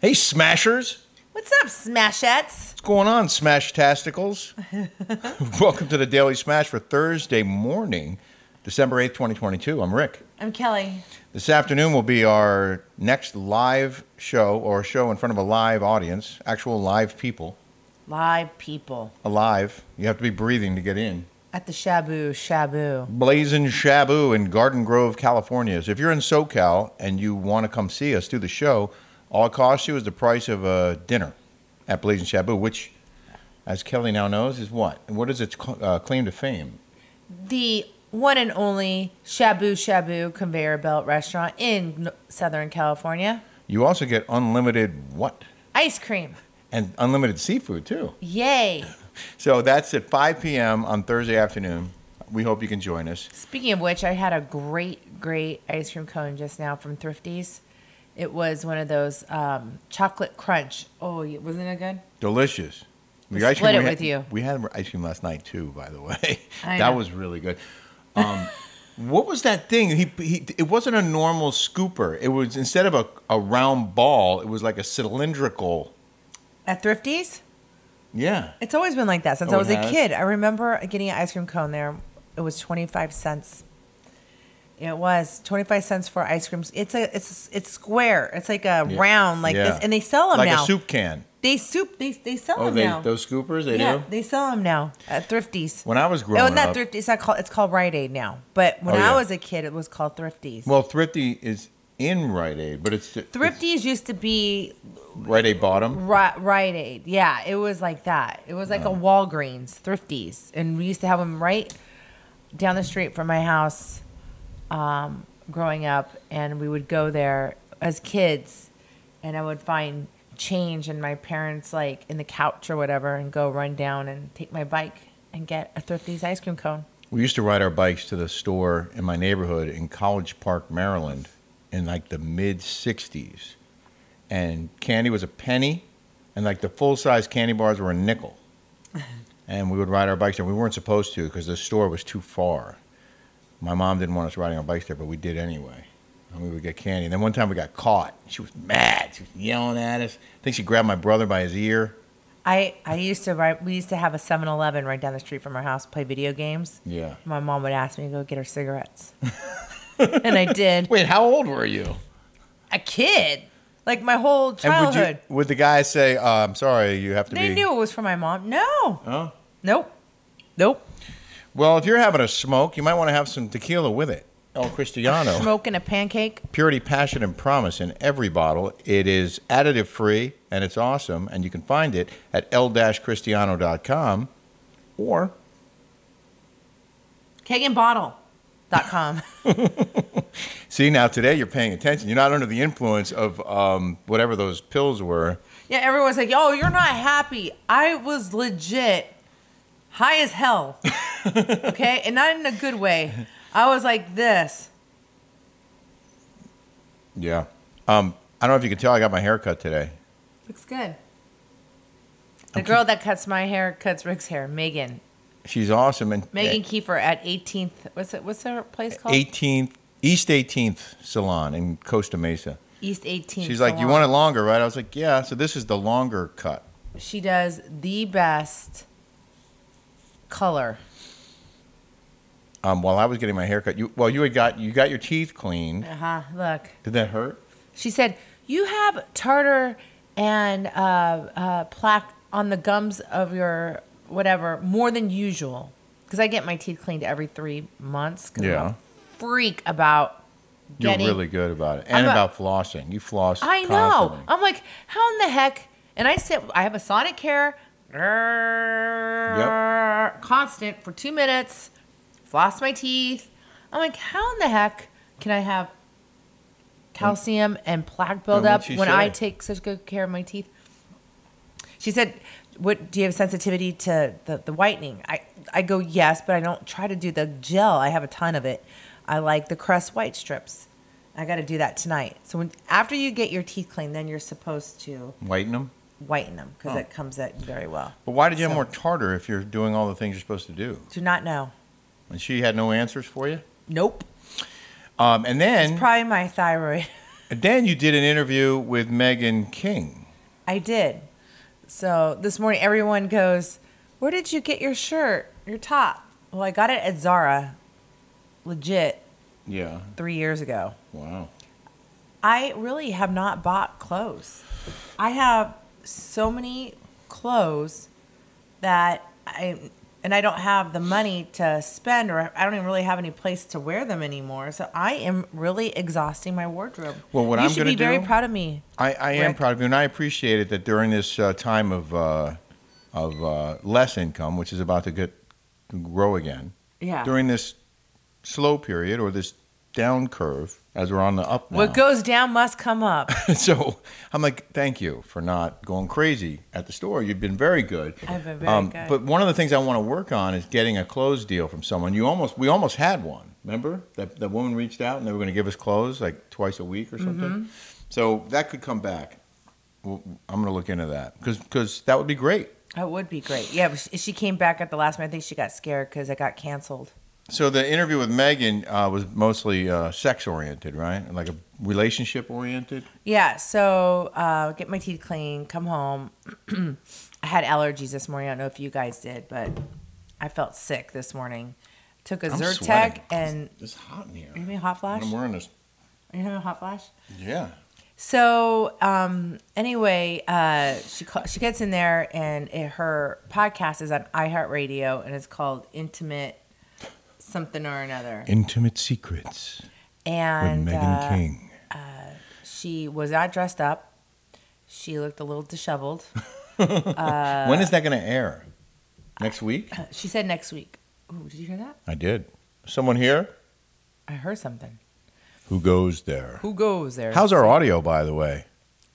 Hey, Smashers. What's up, Smashettes? What's going on, Smash Tasticles? Welcome to the Daily Smash for Thursday morning, December 8th, 2022. I'm Rick. I'm Kelly. This afternoon will be our next live show or show in front of a live audience, actual live people. Live people Alive. You have to be breathing to get in. at the Shabu Shabu. Blazing Shabu in Garden Grove, California. So if you're in SoCal and you want to come see us do the show, all it costs you is the price of a dinner at Blazing Shabu, which, as Kelly now knows, is what? What is its cl- uh, claim to fame? The one and only Shabu Shabu conveyor belt restaurant in N- Southern California. You also get unlimited what? Ice cream. And unlimited seafood, too. Yay. So that's at 5 p.m. on Thursday afternoon. We hope you can join us. Speaking of which, I had a great, great ice cream cone just now from Thrifty's. It was one of those um, chocolate crunch. Oh, y- wasn't it good? Delicious. We The ice cream split it had- with you. We had ice cream last night too, by the way. I that know. was really good. Um, what was that thing? He, he it wasn't a normal scooper. It was instead of a, a round ball, it was like a cylindrical. At Thrifty's? Yeah. It's always been like that since Oh, I it was a has? kid. I remember getting an ice cream cone there. It was 25 cents. It was 25 cents for ice creams. It's a it's it's square. It's like a Yeah. round like Yeah. this and they sell them like now. a soup can. They soup they they sell Oh, them they now. those scoopers they yeah, do. they sell them now at Thrifties. When I was Oh, growing not up, Thrifty. It's not called. It's called Rite Aid now. But when Oh, yeah. I was a kid, it was called Thrifties. well, Thrifty is in Rite Aid, but it's it's Thrifties used to be Rite Aid Bottom. Ri- Rite Aid. Yeah, it was like that. It was like a Walgreens, Thrifties, and we used to have them right down the street from my house um, growing up, and we would go there as kids, and I would find change in my parents like in the couch or whatever, and go run down and take my bike and get a Thrifties ice cream cone. We used to ride our bikes to the store in my neighborhood in College Park, Maryland, in like the mid 60s. And candy was a penny, and like the full size candy bars were a nickel. and we would ride our bikes there. We weren't supposed to because the store was too far. My mom didn't want us riding our bikes there, but we did anyway. And we would get candy. And then one time we got caught. She was mad. She was yelling at us. I think she grabbed my brother by his ear. I, I used to ride, we used to have a 7-Eleven right down the street from our house, play video games. Yeah. My mom would ask me to go get her cigarettes. and I did. Wait, how old were you? A kid. Like my whole And would, childhood. you, would the guy say, uh, I'm sorry, you have to They be. knew it was for my mom. No. Oh. Nope. Nope. Well, if you're having a smoke, you might want to have some tequila with it. El Cristiano. Smoking a pancake. Purity, passion, and promise in every bottle. It is additive free and it's awesome. And you can find it at l-cristiano.com or Kaganbottle.com. see now today you're paying attention. You're not under the influence of um, whatever those pills were. yeah, everyone's like, oh, you're not happy. I was legit high as hell. okay? And not in a good way. I was like this. Yeah. Um, I don't know if you can tell I got my hair cut today. Looks good. The girl that cuts my hair cuts Rick's hair, Megan. She's awesome and Megan Kiefer at 18th. What's it? What's her place called? 18th East 18th Salon in Costa Mesa. East 18th. She's like, "You want it longer, right?" I was like, "Yeah." So this is the longer cut. it? She does the best color. um, while I was getting my haircut. You well, you had got you got your teeth cleaned. Uh huh. Look, Did that hurt? she said you have tartar and uh, uh, plaque on the gums of your whatever more than usual. Because I get my teeth cleaned every three months. 'cause I'm a Yeah. freak about You're getting really good about it, and I'm a- about flossing. You floss. I know. constantly. I'm like, how in the heck? And I sit. I have a sonic hair, constant for two minutes. Floss my teeth. I'm like, how in the heck can I have calcium and plaque buildup what'd she when I say? take such good care of my teeth? She said, "What do you have sensitivity to the, the whitening?" I I go yes, but I don't try to do the gel. I have a ton of it. I like the Crest white strips. I got to do that tonight. So when after you get your teeth cleaned, then you're supposed to Whiten them. whiten them because it comes out very well. But why did you So- have more tartar if you're doing all the things you're supposed to do? Do not know. And she had no answers for you. Nope. Um, and then Probably my thyroid. And then you did an interview with Megan King. I did. So this morning, everyone goes, Where did you get your shirt, your top? Well, I got it at Zara, legit, Yeah. three years ago. Wow. I really have not bought clothes. I have so many clothes that I and I don't have the money to spend or I don't even really have any place to wear them anymore. So I am really exhausting my wardrobe. Well, what you I'm should gonna be very do- proud of me. I, I am Rick? proud of you, and I appreciate it that during this uh, time of uh, of uh, less income, which is about to get grow again, Yeah. during this slow period or this down curve as we're on the up now. what goes down must come up. so I'm like, thank you for not going crazy at the store. You've been very good. Um, I've been very good. But one of the things I want to work on is getting a clothes deal from someone. You almost we almost had one. Remember that that woman reached out and they were going to give us clothes like twice a week or something. Mm-hmm. So that could come back. Well, I'm going to look into that because that would be great. That would be great. Yeah, but she- she came back at the last minute. I think she got scared because I got canceled. So the interview with Megan uh, was mostly uh, sex oriented, right? Like a relationship oriented. Yeah, so uh, get my teeth clean, come home. I had allergies this morning. I don't know if you guys did, but I felt sick this morning. Took a I'm Zyrtec sweating. and It's hot in here. you me a hot flash. I'm Are wearing this. you having a hot flash? Yeah. So um, anyway, uh, she call, she gets in there and it, her podcast is on iHeartRadio and it's called Intimate Something or Another. Intimate secrets. And with Megan uh, King. she was not dressed up. She looked a little disheveled. uh, when is that going to air? Next week? She said next week. Ooh, did you hear that? I did. Someone here I heard something. who goes there. Who goes there? How's our audio, by the way?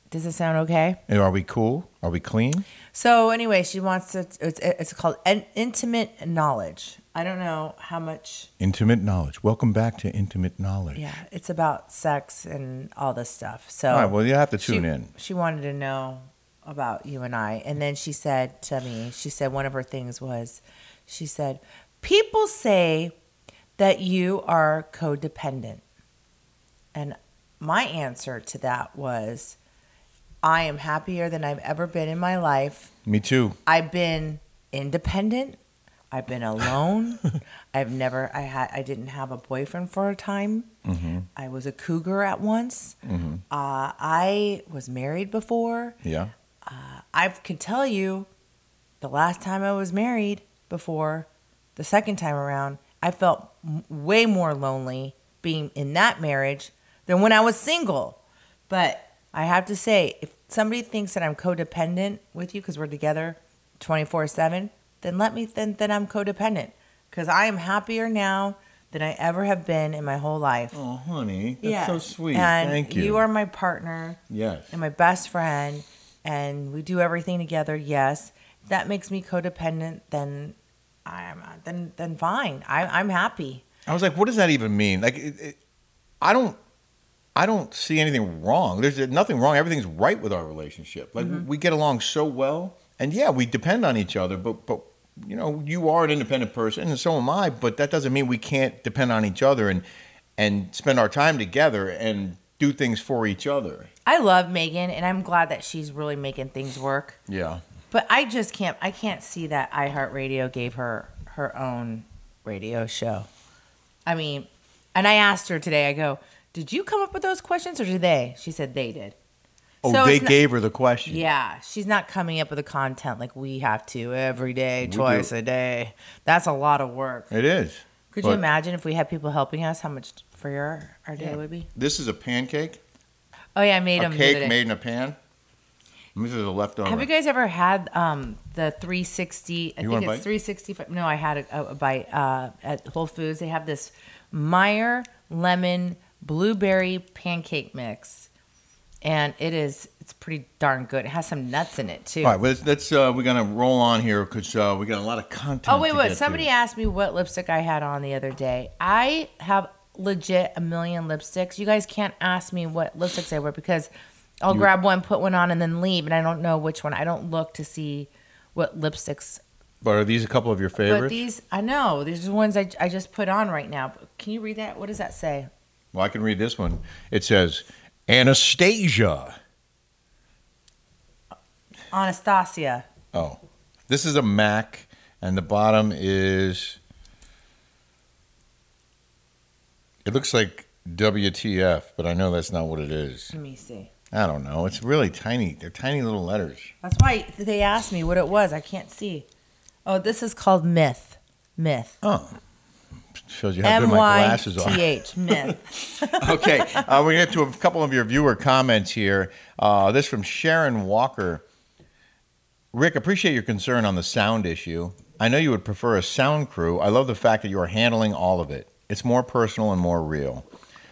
Does it sound okay? And Are we cool? Are we clean? So anyway, she wants to. It's, it's called an intimate knowledge. I don't know how much. Intimate knowledge. Welcome back to Intimate Knowledge. Yeah, it's about sex and all this stuff. So All right, well, you have to she- tune in. She wanted to know about you and I, and then she said to me, she said one of her things was, she said, people say that you are codependent, and my answer to that was, I am happier than I've ever been in my life. Me too. I've been independent. I've been alone. I've never I had I didn't have a boyfriend for a time. I was a cougar at once. Uh, I was married before. Yeah. I can tell you, the last time I was married before, the second time around, I felt m- way more lonely being in that marriage than when I was single. But I have to say, if somebody thinks that I'm codependent with you because we're together 24 7, then let me think that I'm codependent because I am happier now than I ever have been in my whole life. Oh, honey. That's Yes. so sweet. And Thank you. You are my partner Yes. and my best friend and we do everything together yes if that makes me codependent then i'm then then fine I, i'm happy I was like, what does that even mean? Like, it, it, I don't, I don't see anything wrong. There's nothing wrong. Everything's right with our relationship. Like, Mm-hmm. we get along so well, and yeah, we depend on each other. But, but you know, you are an independent person, and so am I. But that doesn't mean we can't depend on each other and and spend our time together and do things for each other. i love megan and i'm glad that she's really making things work Yeah. but i just can't i can't see that iheartradio gave her her own radio show i mean and i asked her today i go did you come up with those questions or did they she said they did Oh, So they it's not- gave her the question. Yeah, she's not coming up with the content like we have to every day, We twice do. a day. That's a lot of work. It is. Could you But- imagine if we had people helping us, how much freer our day Yeah. would be? This is a pancake, Oh yeah, I made a them. the other cake day. made in a pan. And This is a leftover. Have you guys ever had um, the 360? I You want think a it's bite? 365. No, I had a, a bite uh, at Whole Foods. They have this Meyer lemon blueberry pancake mix, and it is it's pretty darn good. It has some nuts in it too. All right, well, let's, let's uh, we're gonna roll on here because uh, we got a lot of content. Oh wait, to wait! get Somebody to. asked me what lipstick I had on the other day. I have legit a million lipsticks. You guys can't ask me what lipsticks I wear because I'll You- grab one, put one on, and then leave, and I don't know which one. I don't look to see what lipsticks. But are these a couple of your But favorites? these, I know these are ones I, I just put on right now. Can you read that? What does that say? well, I can read this one. It says, Anastasia. Anastasia. Oh, this is a Mac, and the bottom is. It looks like WTF, but I know that's not what it is. Let me see. I don't know. It's really tiny. They're tiny little letters. That's why they asked me what it was. I can't see. Oh, this is called myth. Myth. Oh. Shows you how M good my Y glasses T are. H. Myth. okay, uh, we get to a couple of your viewer comments here. Uh, this from Sharon Walker. Rick, appreciate your concern on the sound issue. I know you would prefer a sound crew. I love the fact that you are handling all of it. It's more personal and more real.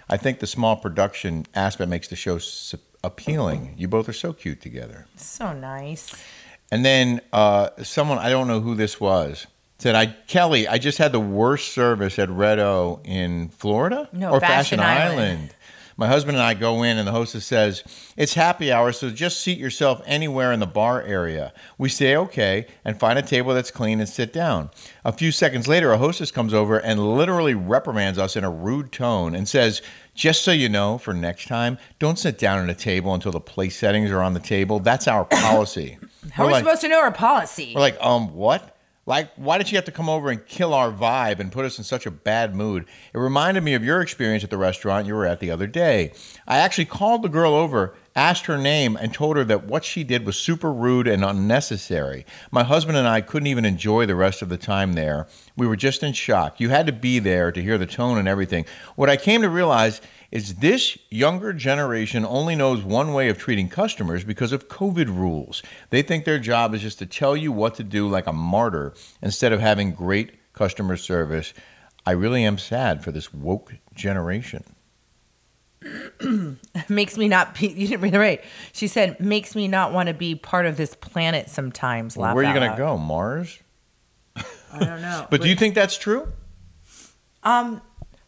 I think the small production aspect makes the show s- appealing. You both are so cute together. so nice. And then uh, someone I don't know who this was said, "I Kelly, I just had the worst service at Red O in Florida No, Fashion Island." My husband and I go in, and the hostess says, It's happy hour, so just seat yourself anywhere in the bar area. We say okay and find a table that's clean and sit down. A few seconds later, a hostess comes over and literally reprimands us in a rude tone and says, Just so you know, for next time, don't sit down at a table until the place settings are on the table. That's our policy. How are We're we like- supposed to know our policy? we're like, um, what? Like, why did you have to come over and kill our vibe and put us in such a bad mood? It reminded me of your experience at the restaurant you were at the other day. I actually called the girl over, asked her name, and told her that what she did was super rude and unnecessary. My husband and I couldn't even enjoy the rest of the time there. We were just in shock. You had to be there to hear the tone and everything. What I came to realize is this younger generation only knows one way of treating customers because of COVID rules. They think their job is just to tell you what to do like a martyr instead of having great customer service. I really am sad for this woke generation. makes me not be. You didn't read it right. She said, makes me not want to be part of this planet sometimes. Laugh Where are you going out to loud. go? Mars? I don't know. But do you think that's true? Um.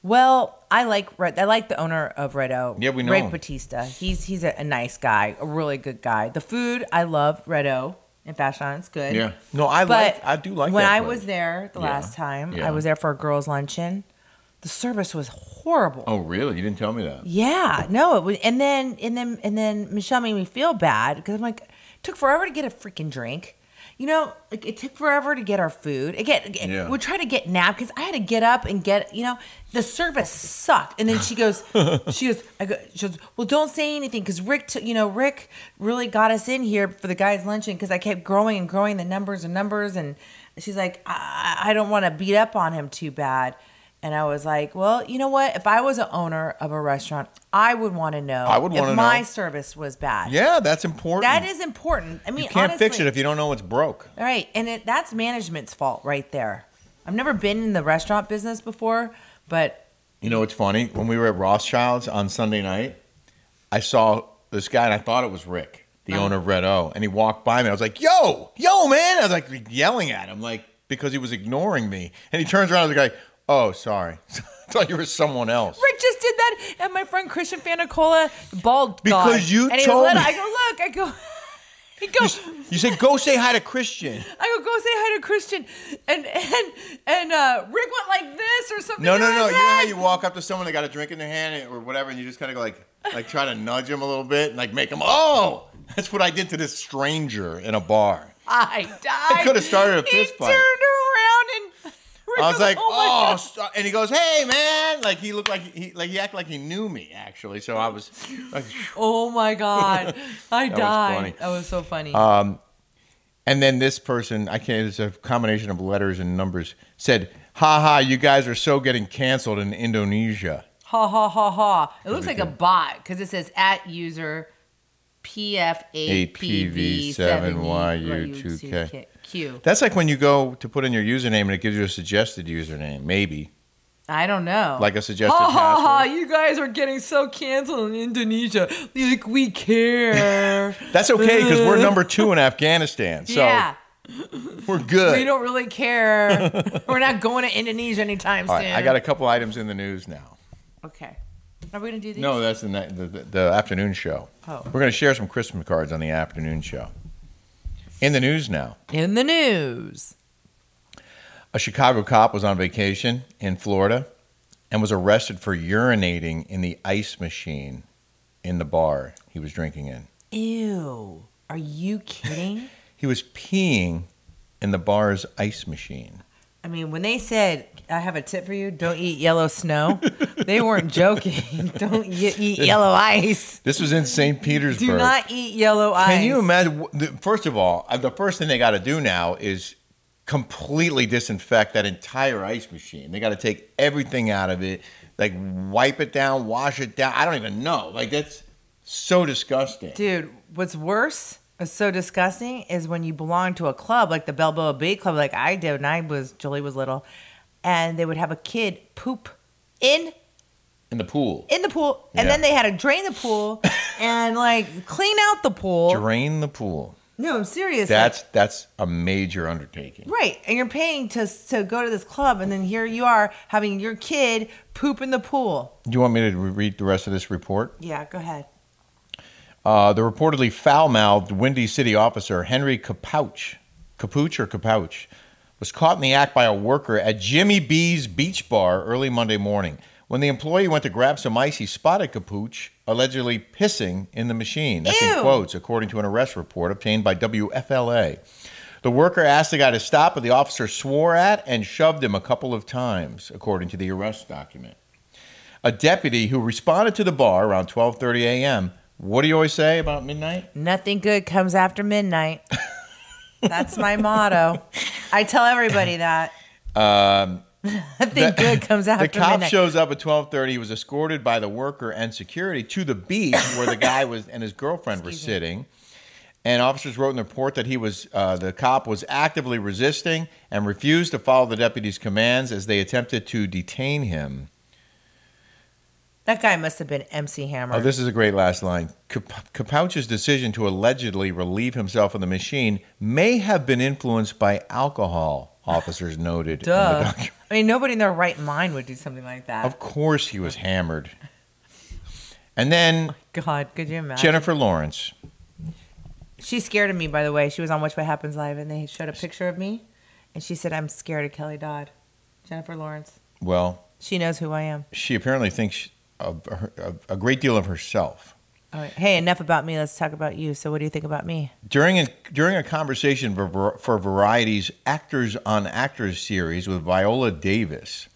Well, I like Red. I like the owner of Red O. Yeah, we know Rick him. Batista. He's he's a, a nice guy, a really good guy. The food I love Red O in Fashion Island. It's good. No, I But like I do like when that I place. was there the Yeah, last time, yeah. I was there for a girls' luncheon. The service was horrible. Oh, really? You didn't tell me that. Yeah, no, it was, and then and then and then Michelle made me feel bad because I'm like, it took forever to get a freaking drink. You know, like it took forever to get our food. Again, Yeah. we we try to get napkins. I had to get up and get, you know, the service sucked. And then she goes, she goes, I go, she goes, well, don't say anything because Rick, took, you know, Rick really got us in here for the guys' luncheon because I kept growing and growing the numbers and numbers. And she's like, I, I I don't want to beat up on him too bad. And I was like, well, you know what? If I was an owner of a restaurant, I would want to know I would if wanna my know. service was bad. Yeah, that's important. That is important. I mean, you can't fix honestly- it if you don't know it's broke. all right, and it, that's management's fault right there. I've never been in the restaurant business before, but You know, it's funny. When we were at Rothschild's on Sunday night, I saw this guy and I thought it was Rick, the owner of Red O. And he walked by me. I was like, yo, yo, man. I was like yelling at him, like, because he was ignoring me. And he turns around and was like, oh, sorry. I thought you were someone else. Rick just did that at my friend Christian Fanicola bald Because dog. you and he told was me- little. I go look. I go. He goes. You said, go say hi to Christian. I go go say hi to Christian, and and and uh, Rick went like this or something. No, no, and I no. was You know how like- you walk up to someone, they got a drink in their hand or whatever, and you just kind of go like, like try to nudge them a little bit and like make them, oh, that's what I did to this stranger in a bar. I died. coulda started a he fist turned fight. around and. Rick I was like, my God." oh, so-" and he goes, hey, man, like he looked like he like he acted like he knew me actually. So I was, like, oh my god, I was died. funny. That was so funny. and then this person, I can't. It's a combination of letters and numbers. Said, ha ha, you guys are so getting canceled in Indonesia. Ha ha ha ha. It looks like a bot because it says at user PF8PV7YU2Q. That's like when you go to put in your username and it gives you a suggested username, maybe I don't know. like a suggested ha ha ha, password. you guys are getting so canceled in Indonesia. Like, we care. That's okay because we're number two in Afghanistan, so yeah. we're good. We don't really care. we're not going to Indonesia anytime All soon. right, I got a couple items in the news now. Okay. Are we going to do these? No, that's the, night- the, the, the afternoon show. Oh. We're going to share some Christmas cards on the afternoon show. In the news now, In the news. a Chicago cop was on vacation in Florida and was arrested for urinating in the ice machine in the bar he was drinking in. Ew. Are you kidding? He was peeing in the bar's ice machine. I mean, when they said, I have a tip for you, don't eat yellow snow, they weren't joking. don't ye- eat yellow ice. This was in St. Petersburg. Do not eat yellow ice. Can you imagine? wh- the- First of all, uh, the first thing they got to do now is completely disinfect that entire ice machine. They got to take everything out of it, like wipe it down, wash it down. I don't even know. Like that's so disgusting. Dude, what's worse, is so disgusting, is when you belong to a club like the Balboa Bay Club, like I did when I was, Julie was little, and they would have a kid poop in In the pool, in the pool, and Yeah. then they had to drain the pool and like clean out the pool. drain the pool. no, I'm serious. like- That's that's a major undertaking. Right, and you're paying to to go to this club, and then here you are having your kid poop in the pool. Do you want me to re- read the rest of this report? Yeah, go ahead. Uh, the reportedly foul-mouthed Windy City officer Henry Capouch, Capouch or Capouch, was caught in the act by a worker at Jimmy B's Beach Bar early Monday morning. When the employee went to grab some ice, he spotted Capouch allegedly pissing in the machine. That's in Ew. quotes, according to an arrest report obtained by WFLA. The worker asked the guy to stop, but the officer swore at and shoved him a couple of times, according to the arrest document a deputy who responded to the bar around 12:30 a.m. What do you always say about midnight? Nothing good comes after midnight. That's my motto. I tell everybody that. Um, Nothing good comes after the cop midnight. shows up at 12:30. He was escorted by the worker and security to the beach where the guy was and his girlfriend were Excuse me. sitting. And officers wrote in the report that he was uh, the cop was actively resisting and refused to follow the deputy's commands as they attempted to detain him. that guy must have been MC Hammer. Oh, this is a great last line. Cap- Capouch's decision to allegedly relieve himself of the machine may have been influenced by alcohol, officers noted. in the Duh. document. I mean, nobody in their right mind would do something like that. Of course, he was hammered. And then God, could you imagine? Jennifer Lawrence. She's scared of me, by the way. She was on Watch What Happens Live, and they showed a picture of me, and she said, "I'm scared of Kelly Dodd, Jennifer Lawrence. Well, She knows who I am." she apparently thinks of her, of a great deal of herself. All right. Hey, enough about me. Let's talk about you. So, what do you think about me? During a, during a conversation for, Var- for Variety's Actors on Actors series with Viola Davis,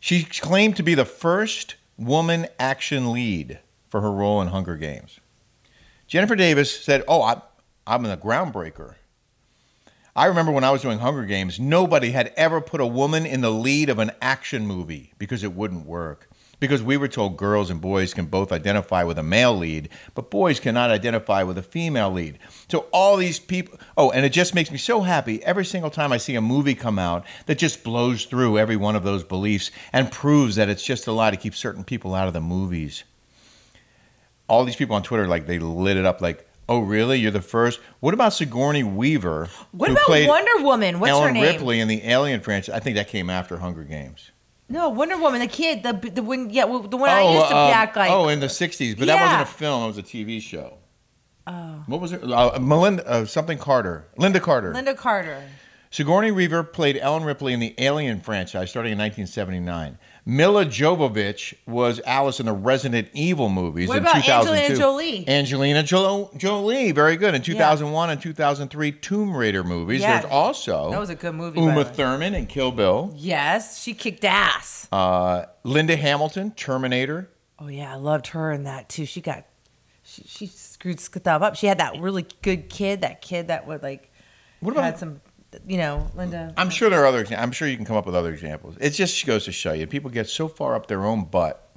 she claimed to be the first woman action lead for her role in Hunger Games. Jennifer Davis said, Oh, I, I'm a groundbreaker. I remember when I was doing Hunger Games, nobody had ever put a woman in the lead of an action movie because it wouldn't work. Because we were told girls and boys can both identify with a male lead, but boys cannot identify with a female lead. So all these people, oh, and it just makes me so happy every single time I see a movie come out that just blows through every one of those beliefs and proves that it's just a lie to keep certain people out of the movies all these people on Twitter, like they lit it up, like, oh really? You're the first. What about Sigourney Weaver? What who about played Wonder Woman? What's Ellen her name? Ripley in the Alien franchise. I think that came after Hunger Games. No, Wonder Woman, the kid, the the one, yeah, well, the one I used to um, act like. oh, in the '60s, but that Yeah. wasn't a film; it was a TV show. Oh. What was it? Uh, Melinda uh, something Carter, Linda Carter. Linda Carter. Sigourney Weaver played Ellen Ripley in the Alien franchise starting in 1979. Mila Jovovich was Alice in the Resident Evil movies What in about 2002. Angelina Jolie? Angelina Jo- Jolie, very good. In 2001 and 2003 Tomb Raider movies. Yeah. There's also That was a good movie. by Uma the way. Thurman in Kill Bill. yes, she kicked ass. Uh, Linda Hamilton, Terminator. oh yeah, I loved her in that too. She got, she, she screwed stuff up. She had that really good kid, that kid that would like, What about- Mm. had some, you know, Linda. I'm sure there are other. exa- I'm sure you can come up with other examples. It just goes to show you people get so far up their own butt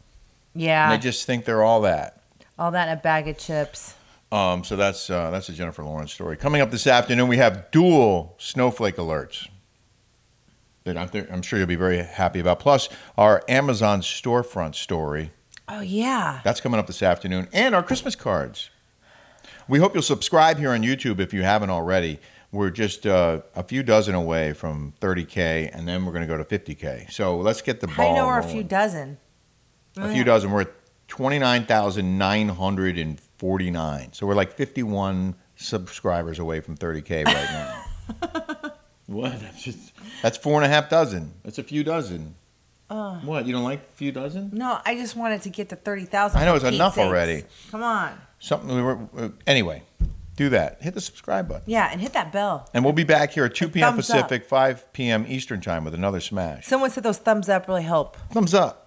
yeah, and they just think they're all that. all that in a bag of chips. Um, so that's uh, that's a Jennifer Lawrence story. Coming up this afternoon, we have dual snowflake alerts that I'm, I'm sure you'll be very happy about. Plus, our Amazon storefront story Oh yeah, that's coming up this afternoon, and our Christmas cards. We hope you'll subscribe here on YouTube if you haven't already. We're just uh, a few dozen away from 30k, and then we're going to go to 50k. So let's get the I ball. know her a rolling. few dozen. A few dozen. We're at 29,949. So we're like 51 subscribers away from 30K right now. what? That's, just, that's four and a half dozen. That's a few dozen. Uh. What? You don't like a few dozen? No, I just wanted to get to thirty thousand. I know, it's enough already. Come on, Something we were. Uh, anyway, do that. Hit the subscribe button. yeah, and hit that bell. And we'll be back here at 2 p.m. thumbs up. Pacific, 5 p.m. Eastern Time with another smash. Someone said those thumbs up really help. Thumbs up.